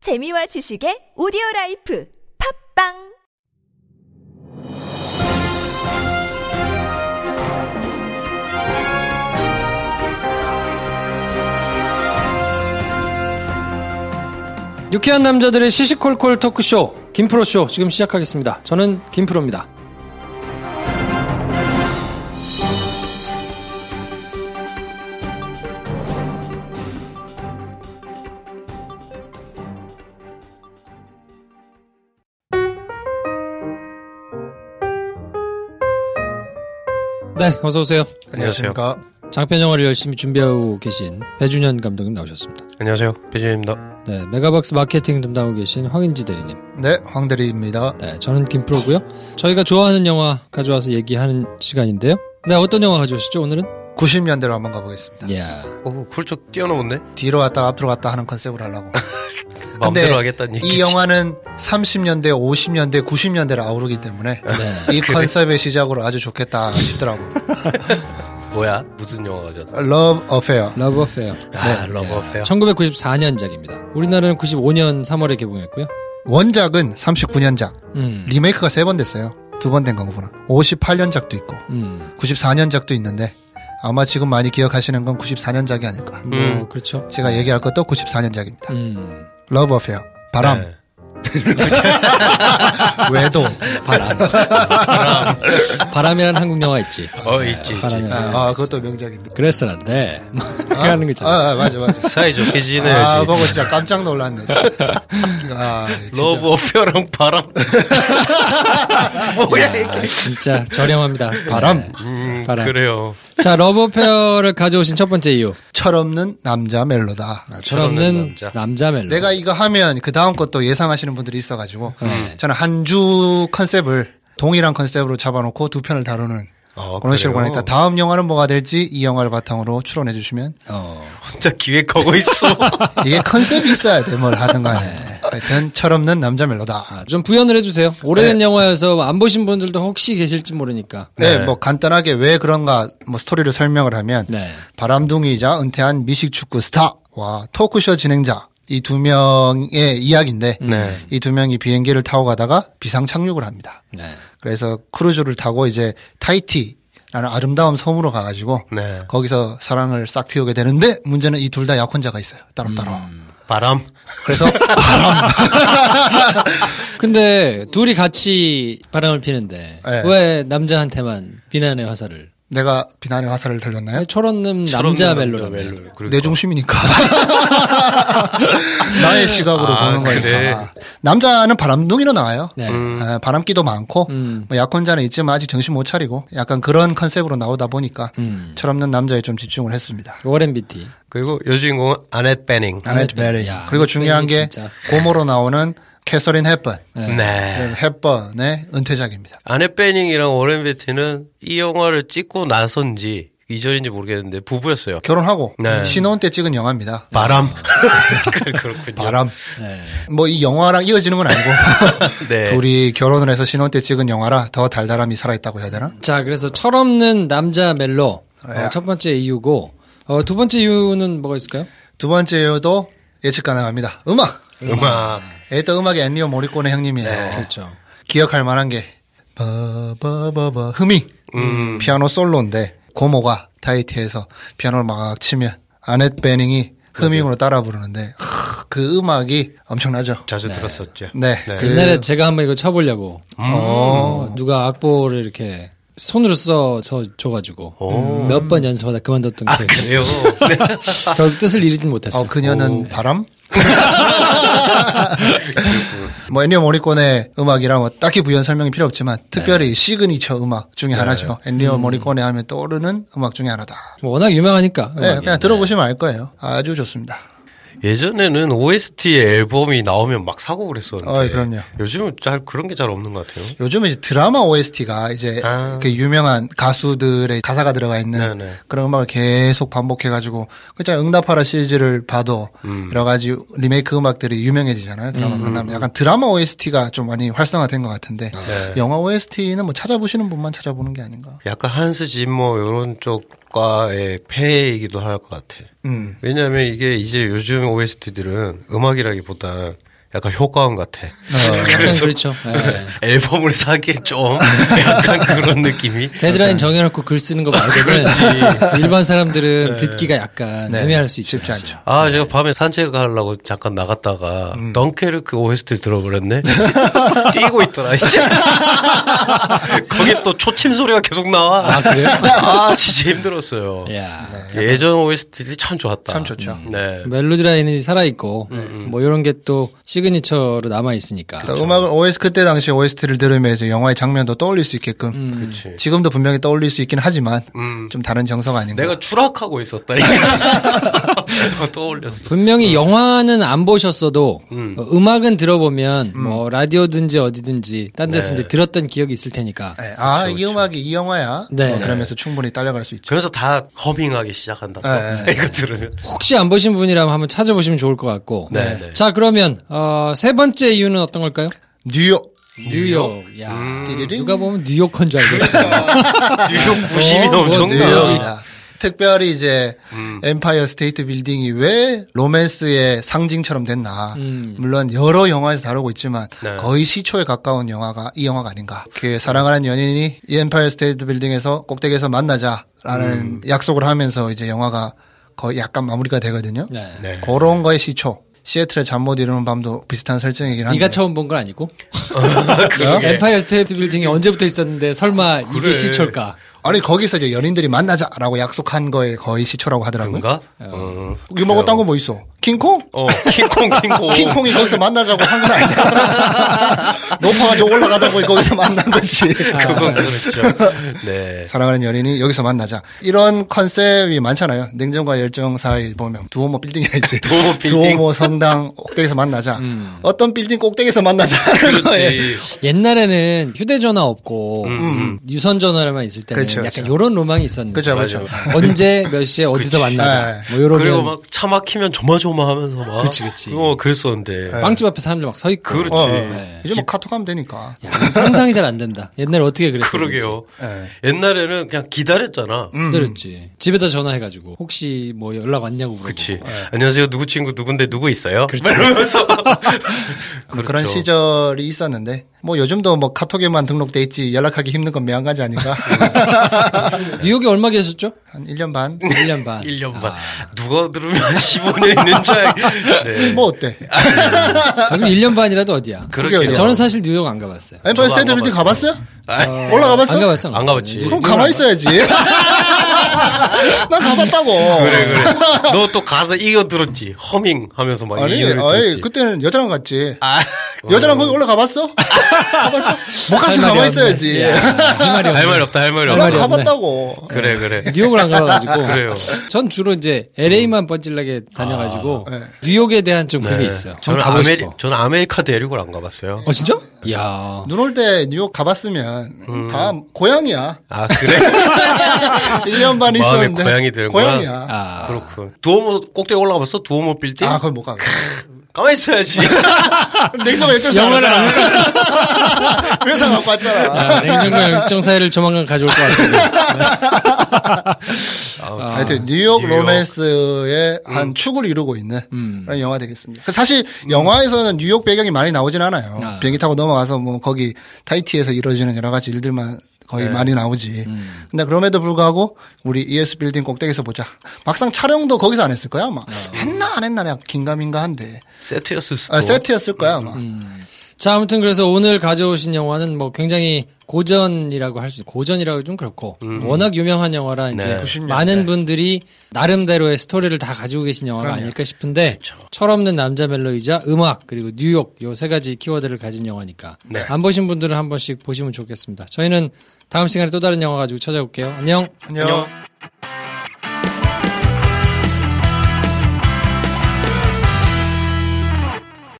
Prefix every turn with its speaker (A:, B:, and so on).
A: 재미와 지식의 오디오 라이프 팝빵
B: 유쾌한 남자들의 시시콜콜 토크쇼 김프로쇼 지금 시작하겠습니다. 저는 김프로입니다. 네, 어서 오세요.
C: 안녕하십니까.
B: 장편 영화를 열심히 준비하고 계신 배준현 감독님 나오셨습니다.
C: 안녕하세요. 배준입니다.
B: 네, 메가박스 마케팅 담당하고 계신 황인지 대리님.
D: 네, 황대리입니다.
B: 네, 저는 김프로고요. 저희가 좋아하는 영화 가져와서 얘기하는 시간인데요. 네, 어떤 영화 가져오시죠 오늘은?
D: 90년대로 한번 가보겠습니다.
B: 야,
C: 오, 훌쩍 뛰어넘었네.
D: 뒤로 갔다 앞으로 갔다 하는 컨셉을 하려고.
C: 마음대로 하겠다는 얘기지.
D: 이 영화는 30년대, 50년대, 90년대를 아우르기 때문에
C: 네.
D: 이 컨셉의 시작으로 아주 좋겠다 싶더라고.
C: 뭐야? 무슨 영화 가져왔어?
D: Love Affair.
B: 러브 어페어.
C: 아, 러브 어페요.
B: 1994년작입니다. 우리나라는 95년 3월에 개봉했고요.
D: 원작은 39년작.
B: 음,
D: 리메이크가 세 번 됐어요. 두 번 된 거구나. 58년작도 있고
B: 음,
D: 94년작도 있는데 아마 지금 많이 기억하시는 건 94년작이 아닐까.
B: 뭐
C: 음.
B: 그렇죠.
D: 제가 얘기할 것도 94년작입니다.
B: 음,
D: Love Affair. 바람,
C: 네.
D: 외도.
B: 바람. 바람이라는 한국 영화 있지.
C: 어, 있지, 있지.
B: 바람이라는.
D: 아, 아, 그것도 명작인데.
B: 그랬었는데 뭐 네. 그렇게 하는 거 있잖아.
D: 아, 아, 맞아, 맞아.
C: 사이좋게
D: 아,
C: 네, 지내야지.
D: 보고 진짜 깜짝 놀랐네. 아, 진짜.
C: 러브 어페어랑 바람. 뭐야,
B: 야, 진짜 저렴합니다.
D: 바람.
C: 음,
B: 바람.
C: 그래요.
B: 자, 러브 페어를 가져오신 첫 번째 이유.
D: 철없는 남자 멜로다.
B: 철없는
C: 철없는
B: 남자,
C: 남자.
B: 멜로.
D: 내가 이거 하면 그 다음 것도 예상하시는 분들이 있어가지고 저는 한 주 컨셉을 동일한 컨셉으로 잡아놓고 두 편을 다루는
C: 어,
D: 그런 식으로
C: 그래요?
D: 보니까 다음 영화는 뭐가 될지 이 영화를 바탕으로 추론해 주시면
B: 어.
C: 혼자 기획하고 있어.
D: 이게 컨셉이 있어야 돼 뭘 하든 간에 하여튼 철없는 남자 멜로다.
B: 아, 좀 부연을 해주세요. 오래된 영화여서 안 보신 분들도 혹시 계실지 모르니까.
D: 네,
C: 네.
D: 뭐 간단하게 왜 그런가 뭐 스토리를 설명을 하면
B: 네.
D: 바람둥이이자 은퇴한 미식축구 스타와 토크쇼 진행자 이 두 명의 이야기인데
C: 네.
D: 이 두 명이 비행기를 타고 가다가 비상 착륙을 합니다.
B: 네.
D: 그래서 크루즈를 타고 이제 타이티라는 아름다운 섬으로 가가지고
C: 네.
D: 거기서 사랑을 싹 피우게 되는데 문제는 이 둘 다 약혼자가 있어요. 따로따로.
C: 음. 바람.
D: 그래서 바람.
B: 근데 둘이 같이 바람을 피는데
D: 네.
B: 왜 남자한테만 비난의 화살을?
D: 내가 비난의 화살을 들렸나요?
B: 왜 철없는 남자 멜로라며.
C: 그러니까.
D: 내 중심이니까. 나의 시각으로
C: 아,
D: 보는
C: 그래. 음.
D: 거니까. 남자는 바람둥이로 나와요.
B: 네.
D: 아, 바람기도 많고
B: 음.
D: 뭐 약혼자는 있지만 아직 정신 못 차리고 약간 그런 컨셉으로 나오다 보니까
B: 음.
D: 철없는 남자에 좀 집중을 했습니다.
B: 워렌 비티.
C: 그리고 여주인공은 아넷 베닝.
D: 아넷
B: 베리.
D: 베리.
B: 네, 야,
D: 그리고
B: 아넷
D: 중요한
B: 베리
D: 게
B: 진짜.
D: 고모로 나오는 캐서린 헵번.
C: 네.
D: 헵번의 은퇴작입니다.
C: 아넷 베닝이랑 워렌 베티는 이 영화를 찍고 나선지 이전인지 모르겠는데 부부였어요.
D: 결혼하고
C: 네.
D: 신혼 때 찍은 영화입니다.
C: 바람. 그- 그렇군요.
D: 바람.
B: 네.
D: 뭐 이 영화랑 이어지는 건 아니고
C: 네.
D: 둘이 결혼을 해서 신혼 때 찍은 영화라 더 달달함이 살아있다고 해야 되나?
B: 자, 그래서 철없는 남자 멜로 어, 첫 번째 이유고 어, 두 번째 이유는 뭐가 있을까요?
D: 두 번째도 예측 가능합니다. 음악.
C: 음악.
D: 에이터 음악의 엔리오 모리꼬네 형님이에요.
B: 그렇죠.
D: 기억할 만한 게 바바바바 흐밍
C: 음.
D: 피아노 솔로인데 고모가 타이티에서 피아노를 막 치면 아넷 베닝이 흐밍으로 따라 부르는데 하, 그 음악이 엄청나죠.
C: 자주 들었었죠.
D: 네. 그-
B: 옛날에 제가 한번 이거 쳐보려고 어, 누가 악보를 이렇게 손으로 써 줘- 줘가지고 몇 번 연습하다 아, 그만뒀던 기억이 있어요.
C: 그래요.
B: 결국 뜻을 이루진 못했어요. 예.
D: 어, 그녀는 바람? 뭐, 엔리오 모리콘의 음악이라 뭐, 딱히 부연 설명이 필요 없지만,
B: 네.
D: 특별히 시그니처 음악 중에 하나죠. 엔리오 모리콘에 하면 떠오르는 음악 중에 하나다.
B: 뭐 워낙 유명하니까.
D: 네,
B: 음악이.
D: 그냥 들어보시면 알 거예요. 아주 좋습니다.
C: 예전에는 OST 앨범이 나오면 막 사고 그랬었는데.
D: 어이, 그럼요.
C: 요즘은 잘 그런 게 잘 없는 것 같아요.
D: 요즘은 이제 드라마 OST가 이제
C: 아.
D: 그 유명한 가수들의 가사가 들어가 있는
C: 네네.
D: 그런 음악을 계속 반복해가지고 그냥 응답하라 시리즈를 봐도
C: 음.
D: 여러 가지 리메이크 음악들이 유명해지잖아요. 드라마 끝나면 약간 드라마 OST가 좀 많이 활성화된 것 같은데
C: 네.
D: 영화 OST는 뭐 찾아보시는 분만 찾아보는 게 아닌가.
C: 약간 한스 짐머 이런 쪽과의 폐해이기도 할 것 같아.
D: 음.
C: 왜냐하면 이게 이제 요즘 OST들은 음악이라기보다 약간 효과음 같아.
D: 어,
B: 약간 그렇죠.
D: 네.
B: 예.
C: 앨범을 사기에 좀 약간 그런 느낌이.
D: 네.
B: 데드라인 정해놓고 글 쓰는 거 말고는 일반 사람들은 듣기가 약간 애매할 수 있죠.
D: 네. 쉽지 않죠.
B: 네.
C: 아, 제가 밤에 산책하려고 잠깐 나갔다가
B: 음.
C: 덩케르크 그 OST를 들어버렸네. 뛰고 있더라. 이제. 거기 또 초침 소리가 계속 나와.
B: 아 그래요?
C: 아, 진짜 힘들었어요.
D: 네.
B: 야
C: 예전 OST들이 참 좋았다.
D: 참 좋죠.
C: 네.
B: 멜로디 라인이 살아 있고 뭐 이런 게 또 시그니처로 남아 있으니까.
D: 음, 그러니까
C: 그렇죠.
D: 음악을 OS 그때 당시 OST를 들으면 이제 영화의 장면도 떠올릴 수 있게끔
C: 그렇지.
D: 지금도 분명히 떠올릴 수 있긴 하지만
C: 음.
D: 좀 다른 정서가 아닌가.
C: 내가 추락하고 있었다니까. 떠올렸어.
B: 분명히
D: 음.
B: 영화는 안 보셨어도
C: 음.
B: 음. 악은 들어보면
D: 음.
B: 뭐 라디오든지 어디든지 딴 데서
C: 네.
B: 이제 들었던 기억이 있을 테니까.
D: 네. 아, 이 음악이 이 영화야.
B: 네.
D: 뭐 그러면서 충분히 딸려갈 수 있죠.
C: 그래서 다 허밍하기 시작한다.
B: 예,
C: 또.
D: 네, 네,
C: 이거 들으면.
B: 혹시 안 보신 분이라면 한번 찾아보시면 좋을 것 같고.
C: 네, 네.
B: 자 그러면 어, 세 번째 이유는 어떤 걸까요?
D: 뉴욕.
B: 뉴욕. 야
D: 띠리링.
B: 누가 보면 뉴욕한 줄 알겠어요.
C: 뉴욕 부심이
B: 뭐
C: 엄청나.
D: 뉴욕이다. 특별히 이제
C: 음.
D: 엠파이어 스테이트 빌딩이 왜 로맨스의 상징처럼 됐나.
B: 음.
D: 물론 여러 영화에서 다루고 있지만
C: 네.
D: 거의 시초에 가까운 영화가 이 영화가 아닌가. 그 사랑하는 연인이 이 엠파이어 스테이트 빌딩에서 꼭대기에서 만나자라는
C: 음.
D: 약속을 하면서 이제 영화가 거의 약간 마무리가 되거든요.
B: 네.
C: 네.
D: 그런 거의 시초. 시애틀의 잠 못 이루는 밤도 비슷한 설정이긴 한데.
B: 네가 처음 본 건 아니고
C: 그러게.
B: 어, 엠파이어 스테이트 빌딩이 언제부터 있었는데 설마
C: 그래.
B: 이게 시초일까?
D: 아니 거기서 이제 연인들이 만나자라고 약속한 거에 거의 시초라고 하더라고요.
C: 뭔가? 어.
D: 이거 먹고 딴 거 뭐 있어? 킹콩?
C: 어, 킹콩, 킹콩.
D: 킹콩이 거기서 만나자고 한 건 아니잖아. 높아가지고 올라가다 보니 거기서 만난 거지.
C: 그건 그렇죠. 네.
D: 사랑하는 연인이 여기서 만나자. 이런 컨셉이 많잖아요. 냉정과 열정 사이 보면 두오모 빌딩이 있지.
C: 두오모 빌딩. 음.
D: 두오모 성당 꼭대기에서 만나자. 어떤 빌딩 꼭대기에서 만나자. 하는 거에
C: 그렇지.
B: 옛날에는 휴대전화 없고 유선 전화만 있을 때는
D: 그렇죠,
B: 약간
D: 그렇죠.
B: 요런 로망이 있었는데
D: 그죠, 그렇죠. 그죠.
B: 언제 몇 시에 어디서 만나자
D: 네.
B: 뭐 요런
C: 그리고 막 차 막히면 조마조마하면서 막.
B: 그치, 그치. 예.
C: 어, 그랬었는데.
B: 빵집 앞에 사람들 막 서 있고
C: 그렇지.
D: 어, 어.
C: 네.
D: 이제 뭐 카톡하면 되니까.
B: 야, 상상이 잘 안 된다. 옛날에 어떻게 그랬어?
C: 아, 그러게요.
D: 예.
C: 옛날에는 그냥 기다렸잖아.
B: 음. 기다렸지. 집에다 전화해가지고 혹시 뭐 연락 왔냐고 물어보고.
C: 그치. 안녕하세요. 누구 친구 누군데 누구 있어요? 이러면서.
D: 그런
C: 그렇죠.
D: 시절이 있었는데 뭐 요즘도 뭐 카톡에만 등록돼 있지 연락하기 힘든 건 매한가지 아닌가.
B: 뉴욕에 얼마 계셨죠?
D: 한 1년 반.
B: 1년 반.
C: 1년 반. 누가 들으면 15년 있는 줄 알게. 네.
D: 뭐 어때?
B: 그럼 1년 반이라도 어디야?
C: 그러게요.
B: 저는 사실 뉴욕 안 가봤어요.
D: 엠파이어
C: 저도 안
D: 스테이트 빌딩
C: 가봤어요.
D: 가봤어요?
C: 아니,
D: 올라가봤어?
B: 안 가봤어.
C: 안 가봤지.
B: 이제
D: 그럼 가만히 있어야지. 난 가봤다고.
C: 그래, 그래. 너 또 가서 이거 들었지. 허밍 하면서 막
D: 아니,
C: 이거를
D: 아니
C: 들었지.
D: 그때는 여자랑 갔지.
C: 아,
D: 여자랑 거기 올라가봤어? 가봤어? 못
B: 할
D: 갔으면
B: 말이
D: 가만히
B: 없네.
D: 있어야지.
B: 야, 할 말이 없네.
C: 할 말 없다, 할 말이
D: 난
B: 말이 예.
C: 없다.
B: 없네.
D: 가봤다고.
C: 그래, 그래.
B: 뉴욕을 안 가봐가지고.
C: 그래요.
B: 전 주로 이제 LA만 번질나게 다녀가지고
D: 네.
B: 뉴욕에 대한 좀 그게
C: 네.
B: 있어요. 저는
C: 저는
B: 가보고
C: 아메리,
B: 싶어.
C: 저는 아메리카 대륙을 안 가봤어요.
B: 어 진짜? 이야.
D: 눈 올 때 뉴욕 가봤으면
C: 음.
D: 다 고향이야.
C: 아, 그래?
D: 1년 반
C: 마음에
D: 있었는데.
C: 고향이 되는구나.
D: 고향이야. 아,
B: 아
C: 그렇군. 두오모 꼭대기 올라가봤어? 두오모 빌딩?
D: 그걸 못 가.
C: 가만히 있어야지.
D: 냉정을 열정
B: 영어를 안
D: 회사 갖고 왔잖아.
B: 아, 냉정과 열정 사이를 조만간 가져올 것 같은데.
C: 아,
D: 하여튼 뉴욕, 음.
C: 뉴욕.
D: 로맨스의 한 축을 이루고 있는 그런 영화 되겠습니다. 그 사실 영화에서는 뉴욕 배경이 많이 나오진 않아요.
B: 아.
D: 비행기 타고 넘어가서 뭐 거기 타이티에서 이루어지는 여러 가지 일들만 거의 많이 나오지. 근데 그럼에도 불구하고 우리 ES 빌딩 꼭대기에서 보자. 막상 촬영도 거기서 안 했을 거야 아마. 했나 안 했나 내가 긴가민가 한데.
C: 세트였을 수도.
D: 아, 세트였을 거야 아마.
B: 자 아무튼 그래서 오늘 가져오신 영화는 뭐 굉장히 고전이라고 할 수 있고 고전이라고 좀 그렇고 워낙 유명한 영화라 이제
C: 음. 네.
D: 90년대.
B: 많은 분들이 나름대로의 스토리를 다 가지고 계신 영화가 아닐까 싶은데
C: 그렇죠.
B: 철없는 남자 멜로이자 음악 그리고 뉴욕 요 세 가지 키워드를 가진 영화니까
C: 네.
B: 안 보신 분들은 한 번씩 보시면 좋겠습니다. 저희는 다음 시간에 또 다른 영화 가지고 찾아올게요. 안녕.
D: 안녕.